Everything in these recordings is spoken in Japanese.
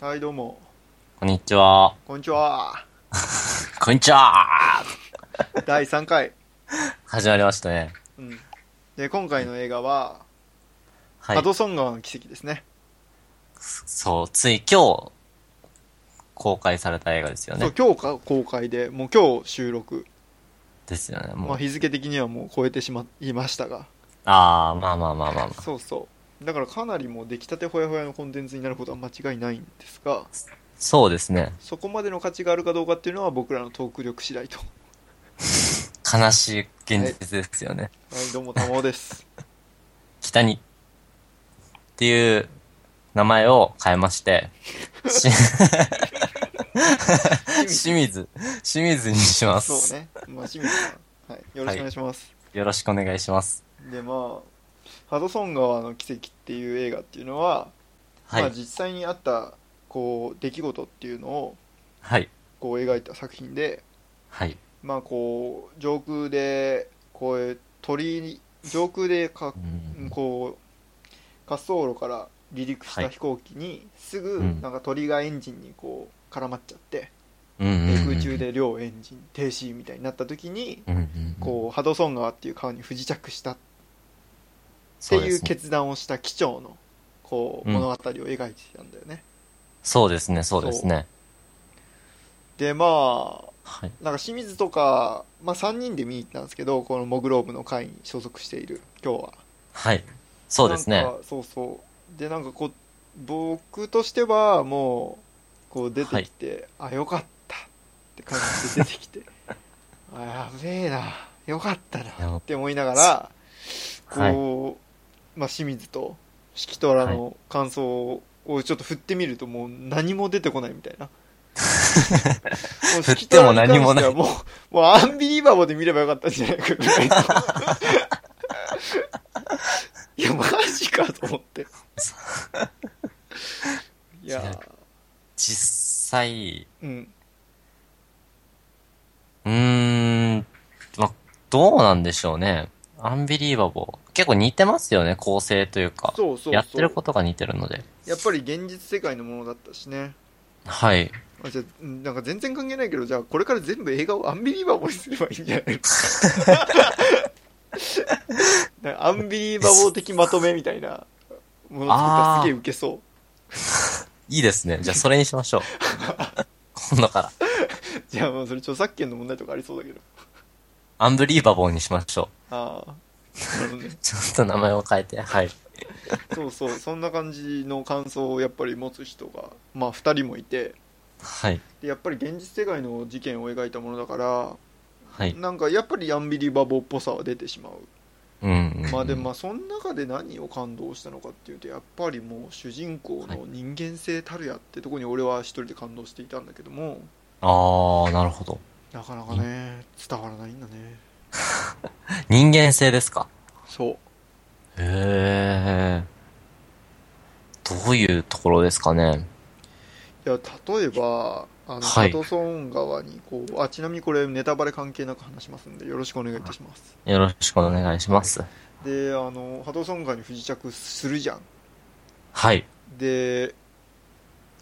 はい、どうも。こんにちは。こんにちは。こんにちは第3回。始まりましたね。うん。で、今回の映画は、はいハ。ドソン川の奇跡ですね。そう、つい今日、公開された映画ですよそうね、。今日か公開で、もう今日収録。ですよね。まもあ、う。日付的にはもう超えてしまいましたが。ああ、まあまあまあまあまあ。そうそう。だからかなりもう出来たてほやほやのコンテンツになることは間違いないんですが、そうですね。そこまでの価値があるかどうかっていうのは僕らのトーク力次 第と。は悲しい現実ですよね。い、どうも、たまお です。北に、っていう名前を変えまして、し清水、清水にしまそうす。ね。まあ、清水さん。はい。よろしくお願いします。よろしくお願いします。でまあ「ハドソン川の奇跡」っていう映画っていうのは、はまあ、い。実際にあったこう出来事っていうのをはい。こう描いた作品で、はい。まあ、こう上空でこういう鳥に上空でかうんこう滑走路から離陸しはたい飛行機にすぐうんなんか鳥がエンジンにこう絡まっちゃって、うんうんでうん空中で両エンジン停止みたいになった時に、うんうんうんこうハドソン川っていう川に不時着したってそういでうすね決断をした機長のこううん物語を描いてたんだよね、そうですね、そうですね。でまあはい。なんか清水とか、まあ、3人で見に行ったんですけどこのモグローブの会に所属している今日ははい。そうですねなん。かそうそうでなんかこう僕としてはもうこう出てきて、あよかったって感じで出て きてあやべえなよかったなって思いながらはい。こう、まあ、清水と式虎の感想をちょっと振ってみるともう何も出てこないみたいなもう 振っても何もない式虎に関してはもうもうアンビリーバボーで見ればよかったんじゃないかぐら いのいやマジかと思 っていや実際、うんうーん、ま、どうなんでしょうね。アンビリーバボー。結構似てますよね、構成というか。そうそうそうやってることが似てるので。やっぱり現実世界のものだったしねはい。あじゃあうんなんか全然関係ないけどじゃあこれから全部映画をアンビリーバボーにすればいいんじゃないのなんかアンビリーバボー的まとめみたいなもの作ったらすげえウケそいいですね。じゃあ、それにしま しょう。今度から。うじゃあもうそれ著作権の問題とかありそうだけどアンブリーバボーにしましょああなるほどねう。ちょっと名前を変えて。はい。そうそうそんな感じの感想をやっぱり持つ人がまあ2人もいてはい。でやっぱり現実世界の事件を描いたものだからはい。なんかやっぱりアンビリーバボーっぽさは出てしまううんうんうん。まあでもまあその中で何を感動したのかっていうとやっぱりもう主人公の人間性たるやってとこに俺は一人で感動していたんだけどもあー、なるほど。なかなかね伝わらないんだね人間性ですかそうへー。どういうところですかね。いや例えばあのはハいドソン川にこうあちなみにこれネタバレ関係なく話しますんでよろしくお願いいたしますよろしくお願いします。であのハドソン川に不時着するじゃんはい。で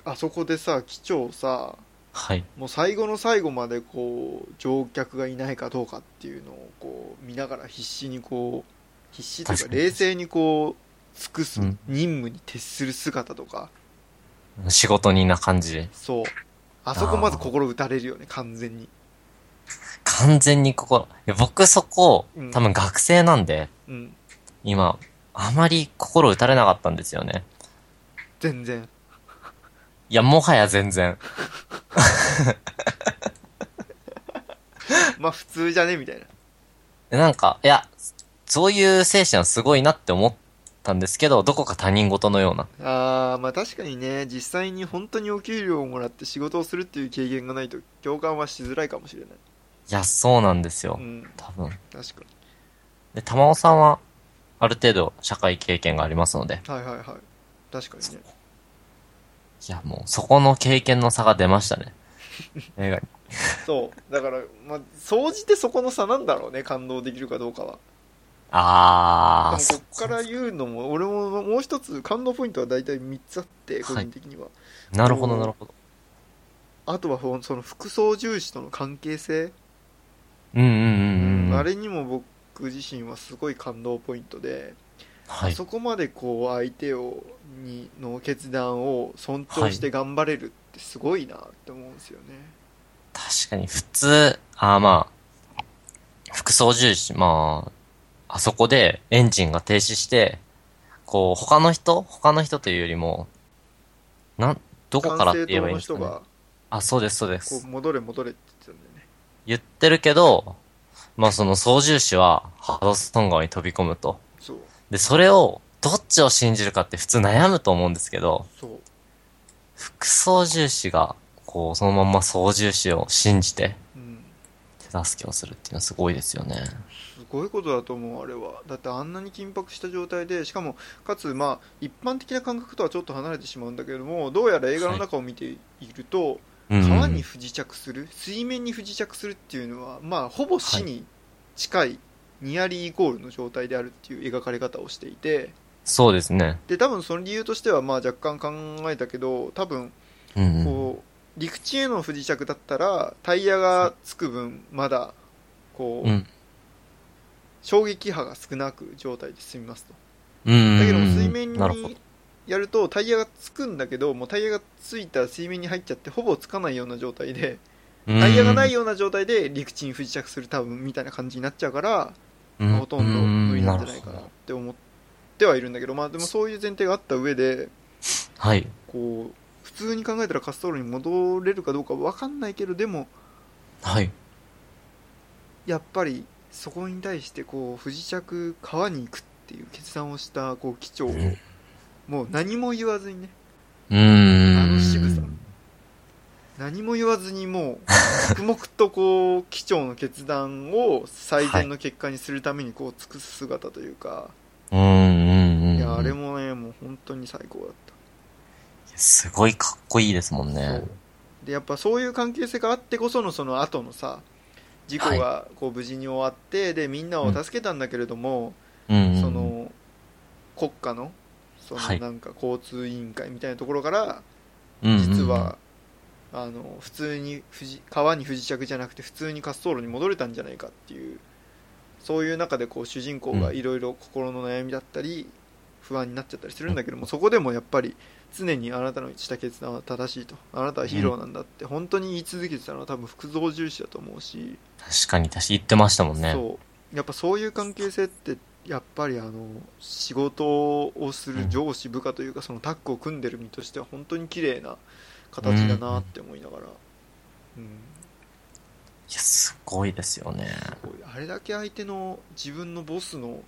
あそこでさ機長さはい。もう最後の最後までこう乗客がいないかどうかっていうのをこう見ながら必死にこう必死というか確かに冷静にこう尽くすうん任務に徹する姿とか、仕事人な感じ。そうあそこまず心打たれるよね完全に完全に心。いや僕そこうん、多分学生なんで、うん今、あまり心打たれなかったんですよね。全然いや、もはや全然。まあ普通じゃねみたいなでなんか、いや、そういう精神はすごいなって思ったんですけど、どこか他人事のような。あーまあ確かにね実際に本当にお給料をもらって仕事をするっていう経験がないと共感はしづらいかもしれないいや、そうなんですよう。ん多分。確かで、玉尾さんは、ある程度社会経験がありますので、にはいはいはい確かにねいや、もう、そこの経験の差が出ました ね。映画に。そうだからまあ総じてそこの差なんだろうね感動できるかどうかはあでもあ、そここから言うのも、俺ももう一つ感動ポイントは大体3つあって、個人的には。なるほど、なるほど。あとはほんその服装重視との関係性、うんうんうんうん。あれにも僕自身はすごい感動ポイントで、はあい。そこまでこう相手をにの決断を尊重して頑張れるってすごいなって思うんですよね。確かに、普通、ああまあ、服装重視、まあ、あそこでエンジンが停止して、こう、他の人他の人というよりも、なん、どこからって言えばいいんですか、管ね制、あ、そうです、そうで塔の人がこすう。戻れ戻れって言ってたんだよね。言ってるけど、まあその操縦士はハドソン川に飛び込むと。そう、で、それを、どっちを信じるかって普通悩むと思うんですけど、そう。副操縦士が、こう、そのまんま操縦士を信じて、うん。手助けをするっていうのはすごいですよね。すごいことだと思う、あれは。だってあんなに緊迫した状態で、しかも、かつ、まあ、一般的な感覚とはちょっと離れてしまうんだけれども、どうやら映画の中を見ていると、うん。川に不時着する、水面に不時着するっていうのは、まあ、ほぼ死に近い、ニアリーイコールの状態であるっていう描かれ方をしていて、そうですね。で、多分その理由としては、まあ、若干考えたけど、多分、うん、うん。こう陸地への不時着だったらタイヤがつく分まだこう、うん衝撃波が少なく状態で進みますとうん。だけども水面なるほどに。やるとタイヤがつくんだけどもうタイヤがついたら水面に入っちゃってほぼつかないような状態でタイヤがないよ、ような状態で陸地に不時着する多分みたいな感じになっちゃうから、うまあほとんど無理なんじゃないかうなっるほて思ってはいるんだけどまあでもそういう前提があった上でどはい。こう普通に考えたら滑走路に戻れるかどうか分かんないけどでもはい。やっぱりそこに対してこう不時着川に行くっていう決断をしたこう機長をうんもう何も言わずにねうーん。あの渋さ何も言わずにもう 黙々とこう機長の決断を最善の結果にするためにこう尽くす姿というか、うんうんうん。いやあれも。もねもう本当に最高だっすごいかっこいいですもんた、ねそう。でやっぱそういう関係性があってこそのその後のさ事故がこう無事に終わって、でみんなを助けたんだけれども、うんうん。そ、の国家のそはのいなんか交通委員会みたいなところからうんうんうん実は、あの普通に不時川に不時着じゃなくて普通に滑走路に戻れたんじゃないかっていうそういう中でこう主人公がうんいろいろ心の悩みだったり不安になっちゃったりするんだけどもそこでもやっぱり常にあなたのした決断は正しいとあなたはヒーローなんだって本当に言い続けてたのは多分副造重視だと思うし、確かに、確かに言ってましたもんね。そうやっぱそういう関係性ってやっぱりあの仕事をする上司部下というかそのタッグを組んでる身としては本当に綺麗な形だなって思いながら、うんいや、すごいですよね。こうあれだけ相手の自分のボスの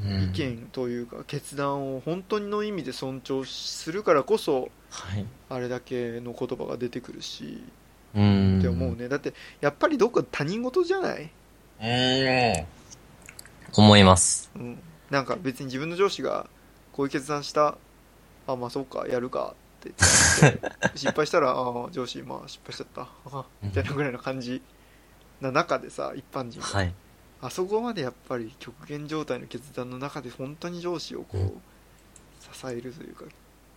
うん意見というか決断を本当の意味で尊重するからこそはい。あれだけの言葉が出てくるしうん。って思うねだってやっぱりどっか他人事じゃないね。うん。思います。うん、なんか別に自分の上司がこういう決断したあまあそうかやるかって言って 失敗したらあ上司まあ失敗しちゃったあみたいなぐらいの感じな中でさ一般人が、はい。あそこまでやっぱり極限状態の決断の中で本当に上司をこうう支えるというか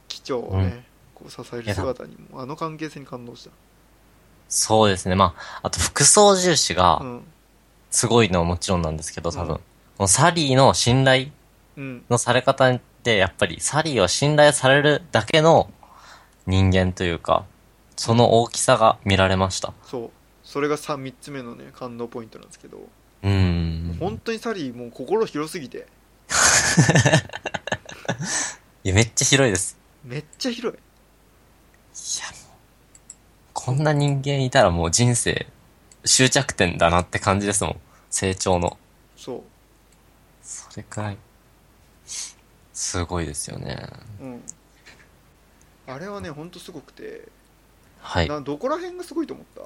機長をね、こう支える姿にもあの関係性に感動しそうですね。まあ、あと、副操縦士たうが、んすごいのはもちろんなんですけど、多分。うんこのサリーの信頼うんのされ方って、やっぱり、サリーを信頼されるだけの人間というか、その大きさが見られました。そうそれがさ3つ目のね感動ポイントなんですけど、うん。本当にサリーもう心広すぎていや、めっちゃ広いです。めっちゃ広いいや、もうこんな人間いたらもう人生、終着点だなって感じですもん。成長の。そそれくらい、すごいですよね。う、うん、あれはねほんとすごくて、はい。などこら辺がすごいと思った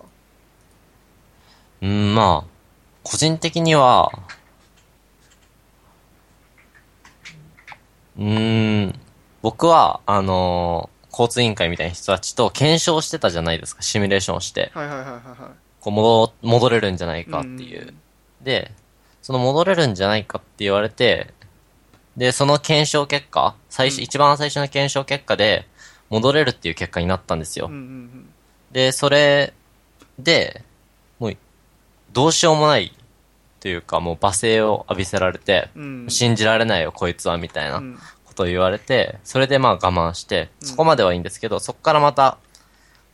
うん、まあ、個人的には、うーん、僕は、あのー交通委員会みたいな人たちと検証してたじゃないですか、シミュレーションをして。はいはいはいはいはいこう戻、戻れるんじゃないかっていう。うんで、その戻れるんじゃないかって言われて、で、その検証結果、最初、うん一番最初の検証結果で、戻れるっていう結果になったんですよ。うんうんで、それで、もう、どうしようもないというか、もう罵声を浴びせられて、うんうん信じられないよ、こいつは、みたいなうんことを言われて、それでまあ我慢して、うんそこまではいいんですけど、そこからまた、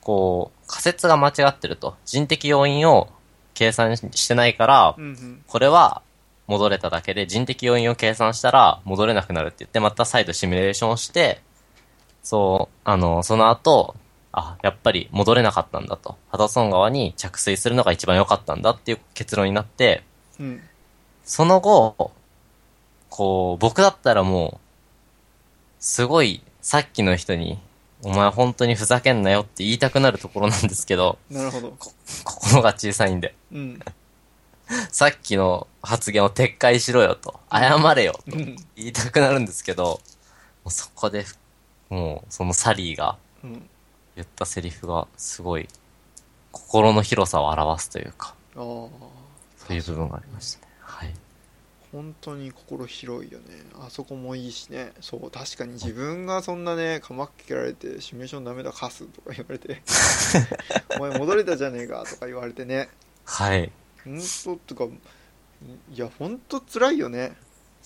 こう、仮説が間違ってると。人的要因を計算ししてないからう、んこれは戻れただけで人的要因を計算したら戻れなくなるって言ってまた再度シミュレーションをしてそうあのその後あやっぱり戻れなかったんだとハドソン川に着水するのが一番良かったんだっていう結論になってうんうんその後こう僕だったらもうすごいさっきの人にお前本当にふざけんなよって言いたくなるところなんですけど なるほど心が小さいんでうんさっきの発言を撤回しろよと、謝れよとうん言いたくなるんですけど、もうそこで、もうそのサリーがうん言ったセリフがすごい心の広さを表すというか、ああそういう部分がありましたね。はい。本当に心広いよねあそこもいいしねそう確かに自分がそんなねかまっけられてシミュレーションダメだカスとか言われて お前戻れたじゃねえかとか言われてねはい。い本当とかいや本当辛いよね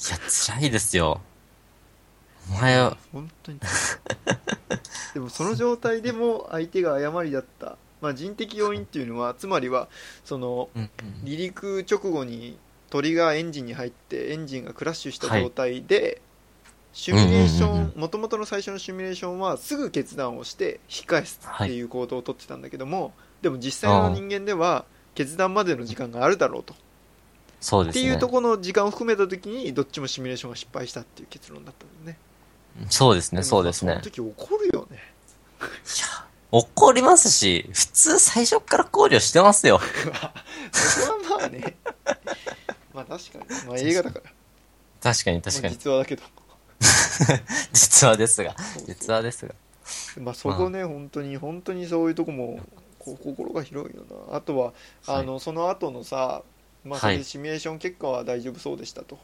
や、辛いですよ。お前は、本当に でもその状態でも相手が誤りだった、まあ、人的要因っていうのはつまりはそのうん、離陸直後に鳥がエンジンに入ってエンジンがクラッシュした状態で、シミュレーシうんうんうんョンもともとの最初のシミュレーションはすぐ決断をして引き返すっていう行動をとってたんだけども、でも実際の人間では決断までの時間があるだろうと、そうでってすいうねと。この時間を含めた時にどっちもシミュレーションが失敗したっていう結論だったんだよねそうですでね、もそうですねさ。その時怒るよね怒りますし、普通最初から考慮してますよ。 そこはまあ ねまあ確かにまあ映画だから確かに確かまあに。実話だけど実はですが、そうそう 実はですが。まあそこね、本当に本当にそういうとこもこう心が広いよなあとはあの、その後のさまあそはいれでシミュレーション結果は大丈夫そうでしたと、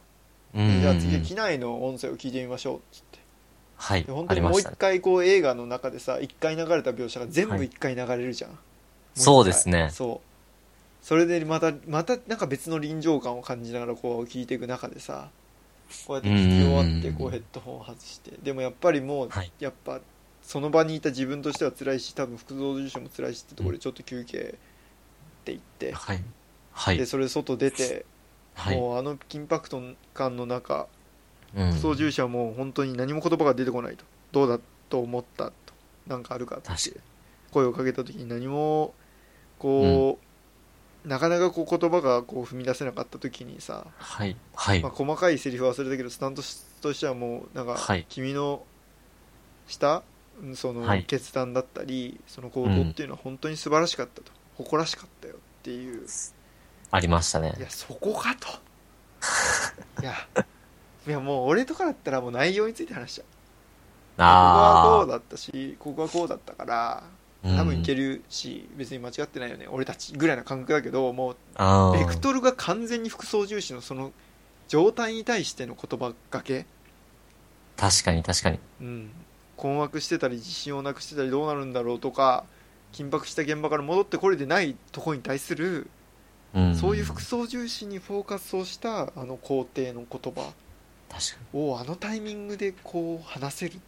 うんうんうんじゃあ次は機内の音声を聞いてみましょうっつってはいで本。当ありにまもうし一たね。回こう映画の中でさ一回流れた描写が全は部い一回流れるじゃん、もう一回そうですねそうそれでまたまたなんか別の臨場感を感じながらこう聞いていく中でさこうやって聞き終わってうんこうヘッドホンを外してでもやっぱりもうはいやっぱその場にいた自分としては辛いし多分副造住所も辛いしってところでちょっと休憩って言って、はい。はでい。それで外出て、はい。もうあの緊迫感の中うん。操縦者も本当に何も言葉が出てこないとどうだと思ったとなんかあるかって確か声をかけた時に何もこう、なかなかこう言葉がこう踏み出せなかった時にさ、はい。はいまあ、。細かいセリフは忘れたけどスタンドとしてはもうなんかはい君のしたうんそのはい決断だったりその行動っていうのは本当に素晴らしかったと、誇らしかったよっていうありましたいね。やそこかといやいやもう俺とかだったらもう内容について話しちゃうここはこあうだったしここはこうだったからあ。多分いける。るし、別に間違ってないよね俺たちぐらいな感覚だけどもあうあ。ベクトルが完全に副操縦士のその状態に対しての言葉がけ、確かに確かに。うん、困惑してたり自信をなくしてたりどうなるんだろうとか緊迫した現場から戻ってこれてないとこに対する、うん。そういう副操縦士にフォーカスをしたあの皇帝の言葉確かをあのタイミングでこう話せるに。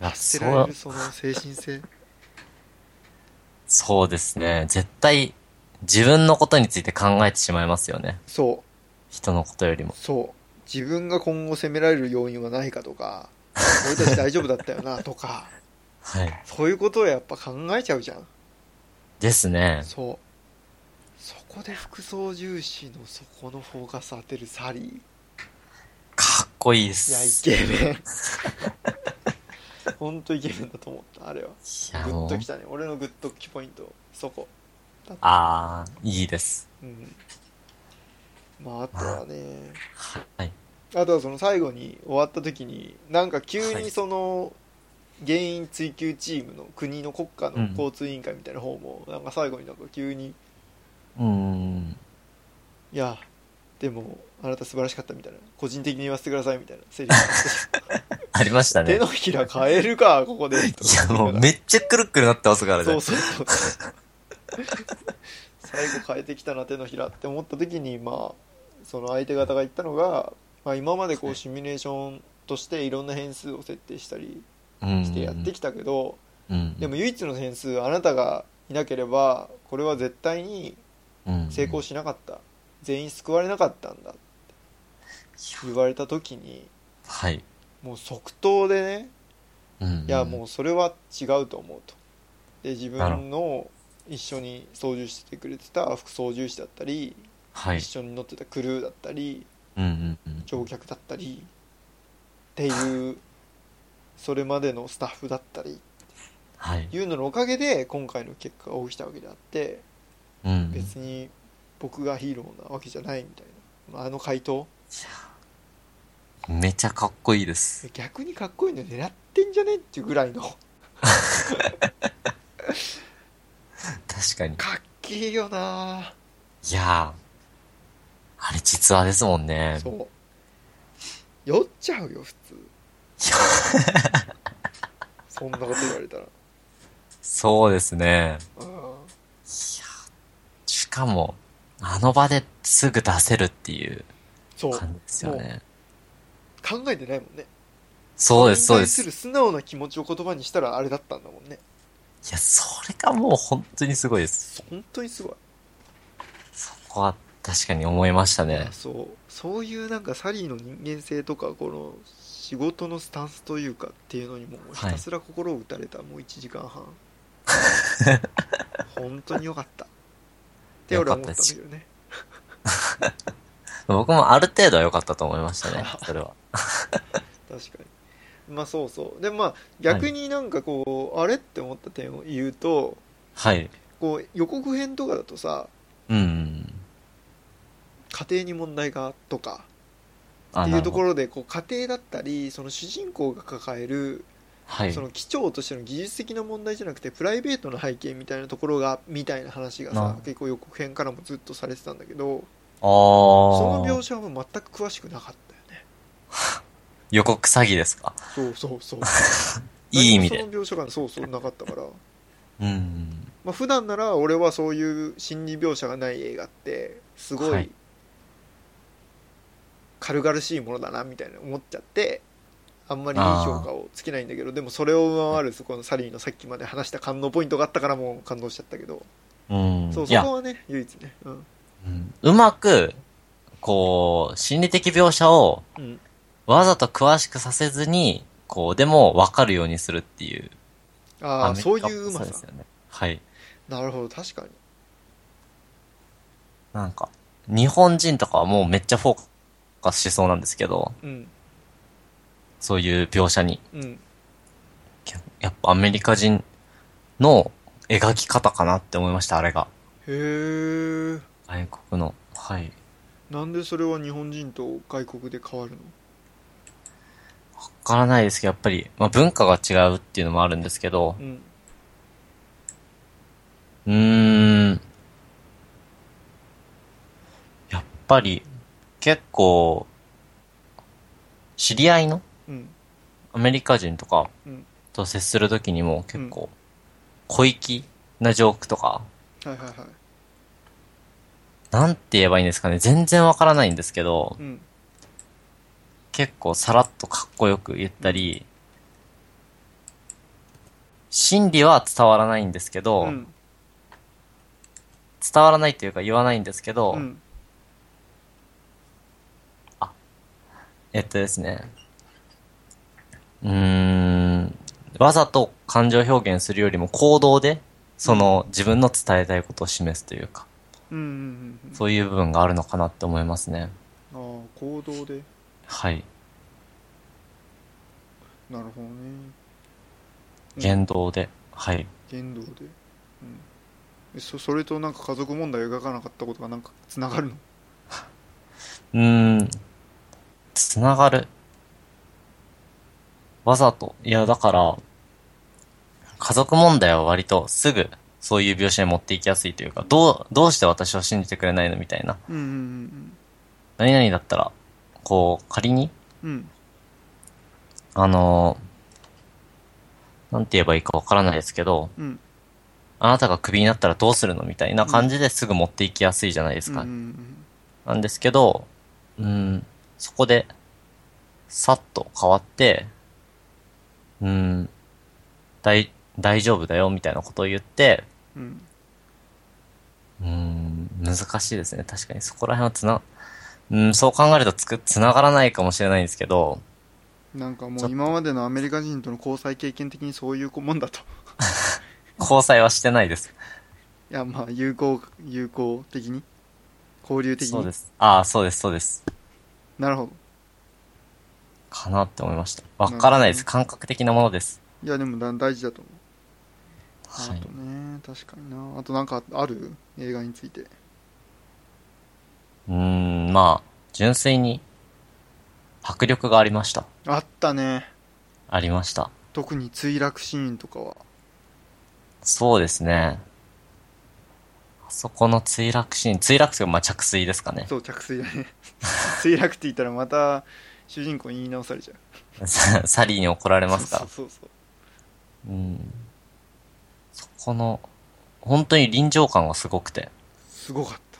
あ発せられるその精神性そうですね。絶対、自分のことについて考えてしまいますよね。そう人のことよりも。そう自分が今後責められる要因はないかとか俺たち大丈夫だったよなと かはい。そういうことをやっぱ考えちゃうじゃんですね。そうそこで副操縦士のそこのフォーカス当てるサリかっこいいでーいやイす。ケメ ンほんとイケメンだと思ったあれはいや、グッもうと。きたね俺のグッときポイントそこああ、いいです。うんまああとはねはい。あとはその最後に終わった時になんか急にその原因追及チームの国の国家の交通委員会みたいな方もなんか最後になんか急にうん。 「いやでもあなた素晴らしかったみたいな個人的に言わせてくださいみたいなセリフがあってありました ね。手いのひら変えるかここ でいや、もうめっちゃくるくるなってますからそねう。そうそうそう最後変えてきたな手のひらって思った時にまあその相手方が言ったのが、まあ、今までこうシミュレーションとしていろんな変数を設定したりうんしてやってきたけど、うん。でも唯一の変数あなたがいなければこれは絶対にうん成功しなかった、全員救われなかったんだって言われた時にはい。もう即答でねうん。いやもうそれは違うと思うとで自分の一緒に操縦してくれてた副操縦士だったり、はい一。緒に乗ってたクルーだったりうんうんうん。乗客だったりっていうそれまでのスタッフだったりはい。いうののおかげで今回の結果が起きたわけであってうん。別に僕がヒーローなわけじゃないみたいなまああの回答めちゃかっこいいです。逆にかっこいいの狙ってんじゃねっていうぐらいの確かに。かっけえよないやー、あれ実話ですもんね。そう酔っちゃうよ普 通そんなこと言われたらそうですね。うんしかも、あの場ですぐ出せるっていうそう感じですよね。考えてないもんねそうです、そうで考す。えいる素直な気持ちを言葉にしたらあれだったんだもんねや、それがもう本当にすごいです。本当にすごいそこは確かに思いましたね。そうそういうなんかサリーの人間性とかこの仕事のスタンスというかっていうのにもうひたすら心を打たれた、もう1時間半本当によかったって俺は思ったんだけどね僕もある程度は良かったと思いました ね。それは。確かにまあそうそうでまあ逆になんかこう、あれって思った点を言うとはい。こう予告編とかだとさうんうん。家庭に問題がとかあっていうところ。ろでこう家庭だったりその主人公が抱えるはいそ。の機長としての技術的な問題じゃなくてプライベートの背景みたいなところがみたいな話がなさ結構予告編からもずっとされてたんだけどあそのー描。写はもう全く詳しくなかったよね予告詐欺ですかそうそう そういい意味何で。もその描写がそうそうなかったからうんうん。まあ普段なら俺はそういう心理描写がない映画ってすごはいい軽々しいものだなみたいな思っちゃってあんまりいい評価をつけないんだけどでもそれを上回るそこのサリーのさっきまで話した感動ポイントがあったからもう感動しちゃったけどうん。そういそやこ、はね唯一ねうんうんうまく、こう、心理的描写をうんわざと詳しくさせずに、こう、でも分かるようにするっていう。あアあメリカそういううまそうですさよね。はい。なるほど確かになんか、日本人とかはもうめっちゃフォーカスしそうなんですけど、うんそういう描写に。うんやっぱアメリカ人の描き方かなって思いました、あれが。へえ外国の。はい。なんでそれは日本人と外国で変わるのわからないですけど、やっぱり、まあ文化が違うっていうのもあるんですけど、うんうーん。やっぱり、結構、知り合いのうんアメリカ人とかうんと接するときにも結構、小粋なジョークとか、はいはいはいなんて言えばいいんですかね、全然わからないんですけど、うん結構さらっとかっこよく言ったり、真理は伝わらないんですけど、うん伝わらないというか言わないんですけど、うんえっとですね。うーん。わざと感情表現するよりも行動で、その自分の伝えたいことを示すというか、うんうんうんそういう部分があるのかなって思いますね。ああ行動ではい。なるほどね言動で。はい。言動で、うん、でそそれとなんか家族問題を描かなかったことがなんかつながるのうーん。つながる。わざと。いや、だから、家族問題は割とすぐそういう描写に持っていきやすいというか、どう、どうして私を信じてくれないのみたいな。うんうん何々だったら、こう、仮に、うん。あのーなんて言えばいいかわからないですけど、うん。あなたがクビになったらどうするのみたいな感じですぐ持っていきやすいじゃないですか。うんうんなんですけど、うん、そこで、さっと変わって、うん、大、大丈夫だよみたいなことを言って、うんうん。うん、難しいですね。確かにそこら辺はつな、うん、そう考えるとつく、つながらないかもしれないんですけど、なんかもう今までのアメリカ人との交際経験的にそういうもんだと。 交際はしてないです。いや、まあ、友好、友好的に。交流的に。そうです。ああ、そうです、そうです。なるほど。かなって思いました。わからないです。感覚的なものです。いや、でもだ大事だと思う。はあいと。ね、確かにな。あとなんかある映画について。うーん、まあ、純粋に、迫力がありました。あったね。ありました。特に墜落シーンとかは。そうですね。あそこの墜落シーン、墜落というか、まあ、着水ですかね。そう、着水だね。 墜落って言ったらまた主人公に言い直されちゃう。ササリーに怒られますかそらう。そうそう。うん。そこの、本当に臨場感がすごくて。すごかった。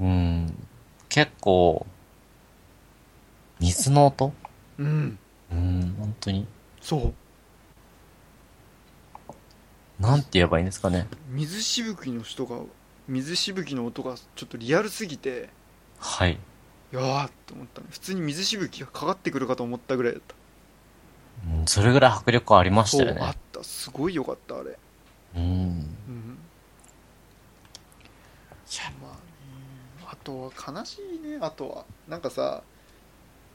うん。結構、水の音うん。うん、本当に。そう。なんて言えばいいんですかね。水しぶきの人が、水しぶきの音がちょっとリアルすぎて、はい。いやーって思ったね。普通に水しぶきがかかってくるかと思ったぐらいだった。うんそれぐらい迫力ありましそたうよ、あねっ。た。すごいよかった、あれ。うん。うん。まあね、あとは悲しいね、あとは。なんかさ、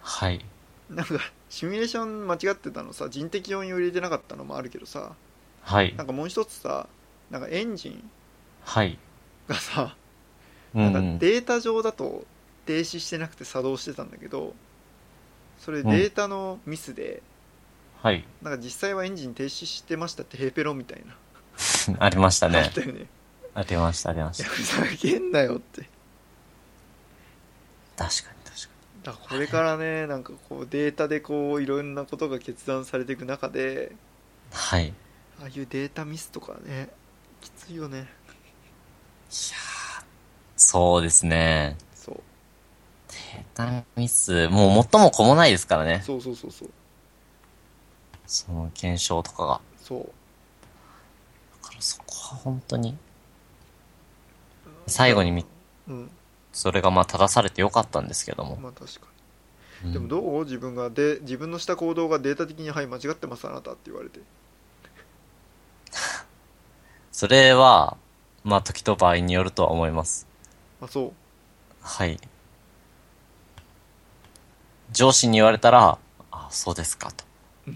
はい。なんかシミュレーション間違ってたのさ、人的要因を入れてなかったのもあるけどさ、はいな。んかもう一つさ、なんかエンジンはい。がさ、うなんんうかん。データ上だと停止してなくて作動してたんだけど、それうんデータのミスで、はい。 なんか実際はエンジン停止してましたってヘペロみたいな。ありましたあねっ。たよね。ありました、ありまいしや、た。ふざけんなよって。確かに、確かだからこれからね、なんかこうデータでこういろんなことが決断されていく中で、に。はい。いやああいうデータミスとかね、きついよね。ーそうですね。そう。ヘタミス、もう元も子もないですからね。そうそうそうそう。その検証とかが。そう。だからそこは本当に。最後にみ、うん。それがまあ正されてよかったんですけども。まあ確かうんに。でもどう自分がで、自分のした行動がデータ的に、はい、間違ってます、あなたって言われて。それは、まあ時と場合によるとは思います。あ、そう。はい。上司に言われたら、あ、そうですか、と。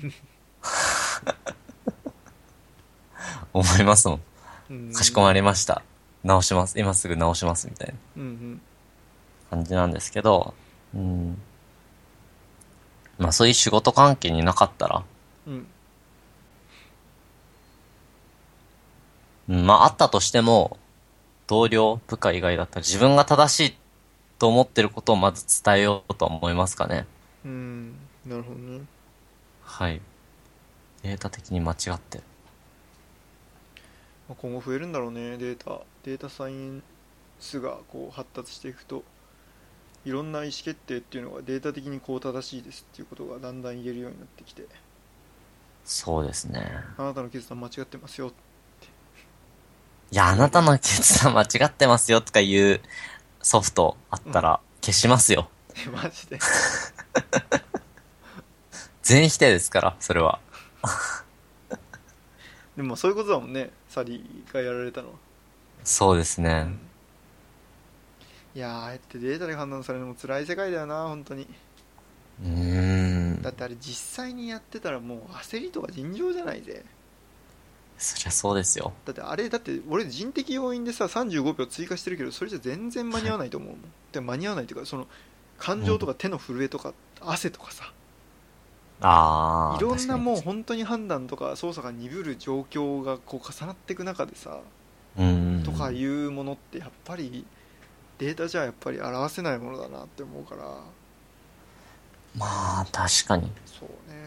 思いますもん。うんかしこまりました。直します。今すぐ直します。みたいなうんうん。感じなんですけど、うん。まあそういう仕事関係になかったら、うん。うん、まああったとしても、同僚、部下以外だったら自分が正しいと思ってることをまず伝えようとは思いますかね。うん。なるほどね。はい。データ的に間違ってる。まあ、今後増えるんだろうね、データ。データサイエンスがこう発達していくと、いろんな意思決定っていうのがデータ的にこう正しいですっていうことがだんだん言えるようになってきて、そうですね。あなたの決断間違って ますよ。いや、あなたの決断間違ってますよとかいうソフトあったら消しますよ。ってマジで。全否定ですから、それは。でもそういうことだもんね、サリーがやられたのは。そうですね。いやーああやってデータで判断されるのも辛い世界だよな本当にうーんだ。ってあれ実際にやってたらもう焦りとか尋常じゃないぜそりゃそうですよ。だってあれだって俺人的要因でさ35秒追加してるけどそれじゃ全然間に合わないと思うもんで間に合わないっていうかその感情とか手の震えとか汗とかさあいー。ろんなもう確か本当に判断とか操作が鈍る状況がこう重なっていく中でさにうん。とかいうものってやっぱりデータじゃやっぱり表せないものだなって思うからまあ、確かに。そうね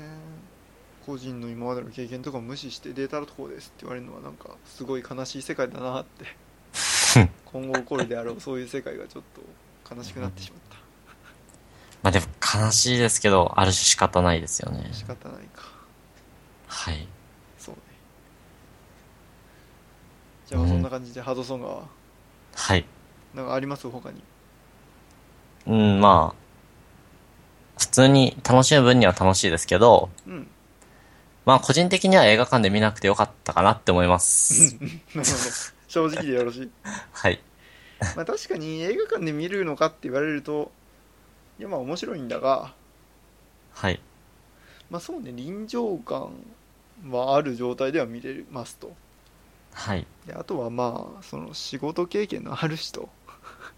個人の今までの経験とかを無視してデータのところですって言われるのはなんかすごい悲しい世界だなって今後起こるであろうそういう世界がちょっと悲しくなってしまったまあでも悲しいですけど、ある種仕方ないですよね。仕方ないかはい。そうねじゃあそんな感じでハードソンガーははい。なんかあります他にうん、まあ、普通に楽しむ分には楽しいですけど、うん まあ個人的には映画館で見なくてよかったかなって思います。なるほど正直でよろしいはい。まあ確かに映画館で見るのかって言われるといやまあ面白いんだがはい。まあそうね臨場感はある状態では見れますとはい。であとはまあその仕事経験のある人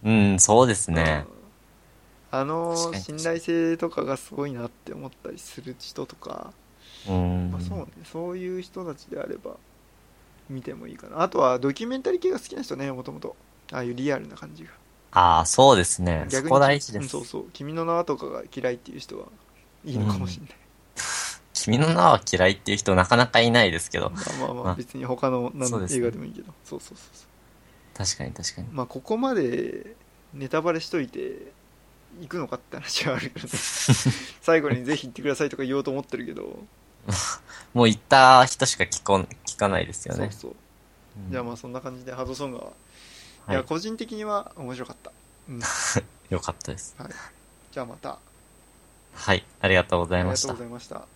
うん、そうですね。うんあの確かに信頼性とかがすごいなって思ったりする人とか、うん。まあ、そうねそういう人たちであれば見てもいいかなあとはドキュメンタリー系が好きな人ねもともとああいうリアルな感じがああ、そうですね。そこ大事でうんすそう。そう「君の名は」とかが嫌いっていう人はいいのかもしれない、君の名は嫌いっていう人なかなかいないですけど。まあまあまああ別に他の何そうのです映ね画でもいいけどそう,、そうそうそう確かに確かに。まあここまでネタバレしといて行くのかって話はある けどね最後にぜひ行ってくださいとか言おうと思ってるけど、もう行った人しか聞こん、聞かないですよそうね。そううんじゃあまあそんな感じでハードソングは、い、はや個人的には面白かった、 うん、い。よかったです。じゃあまたあはい。ありがとうございりまがしとうたござ。いました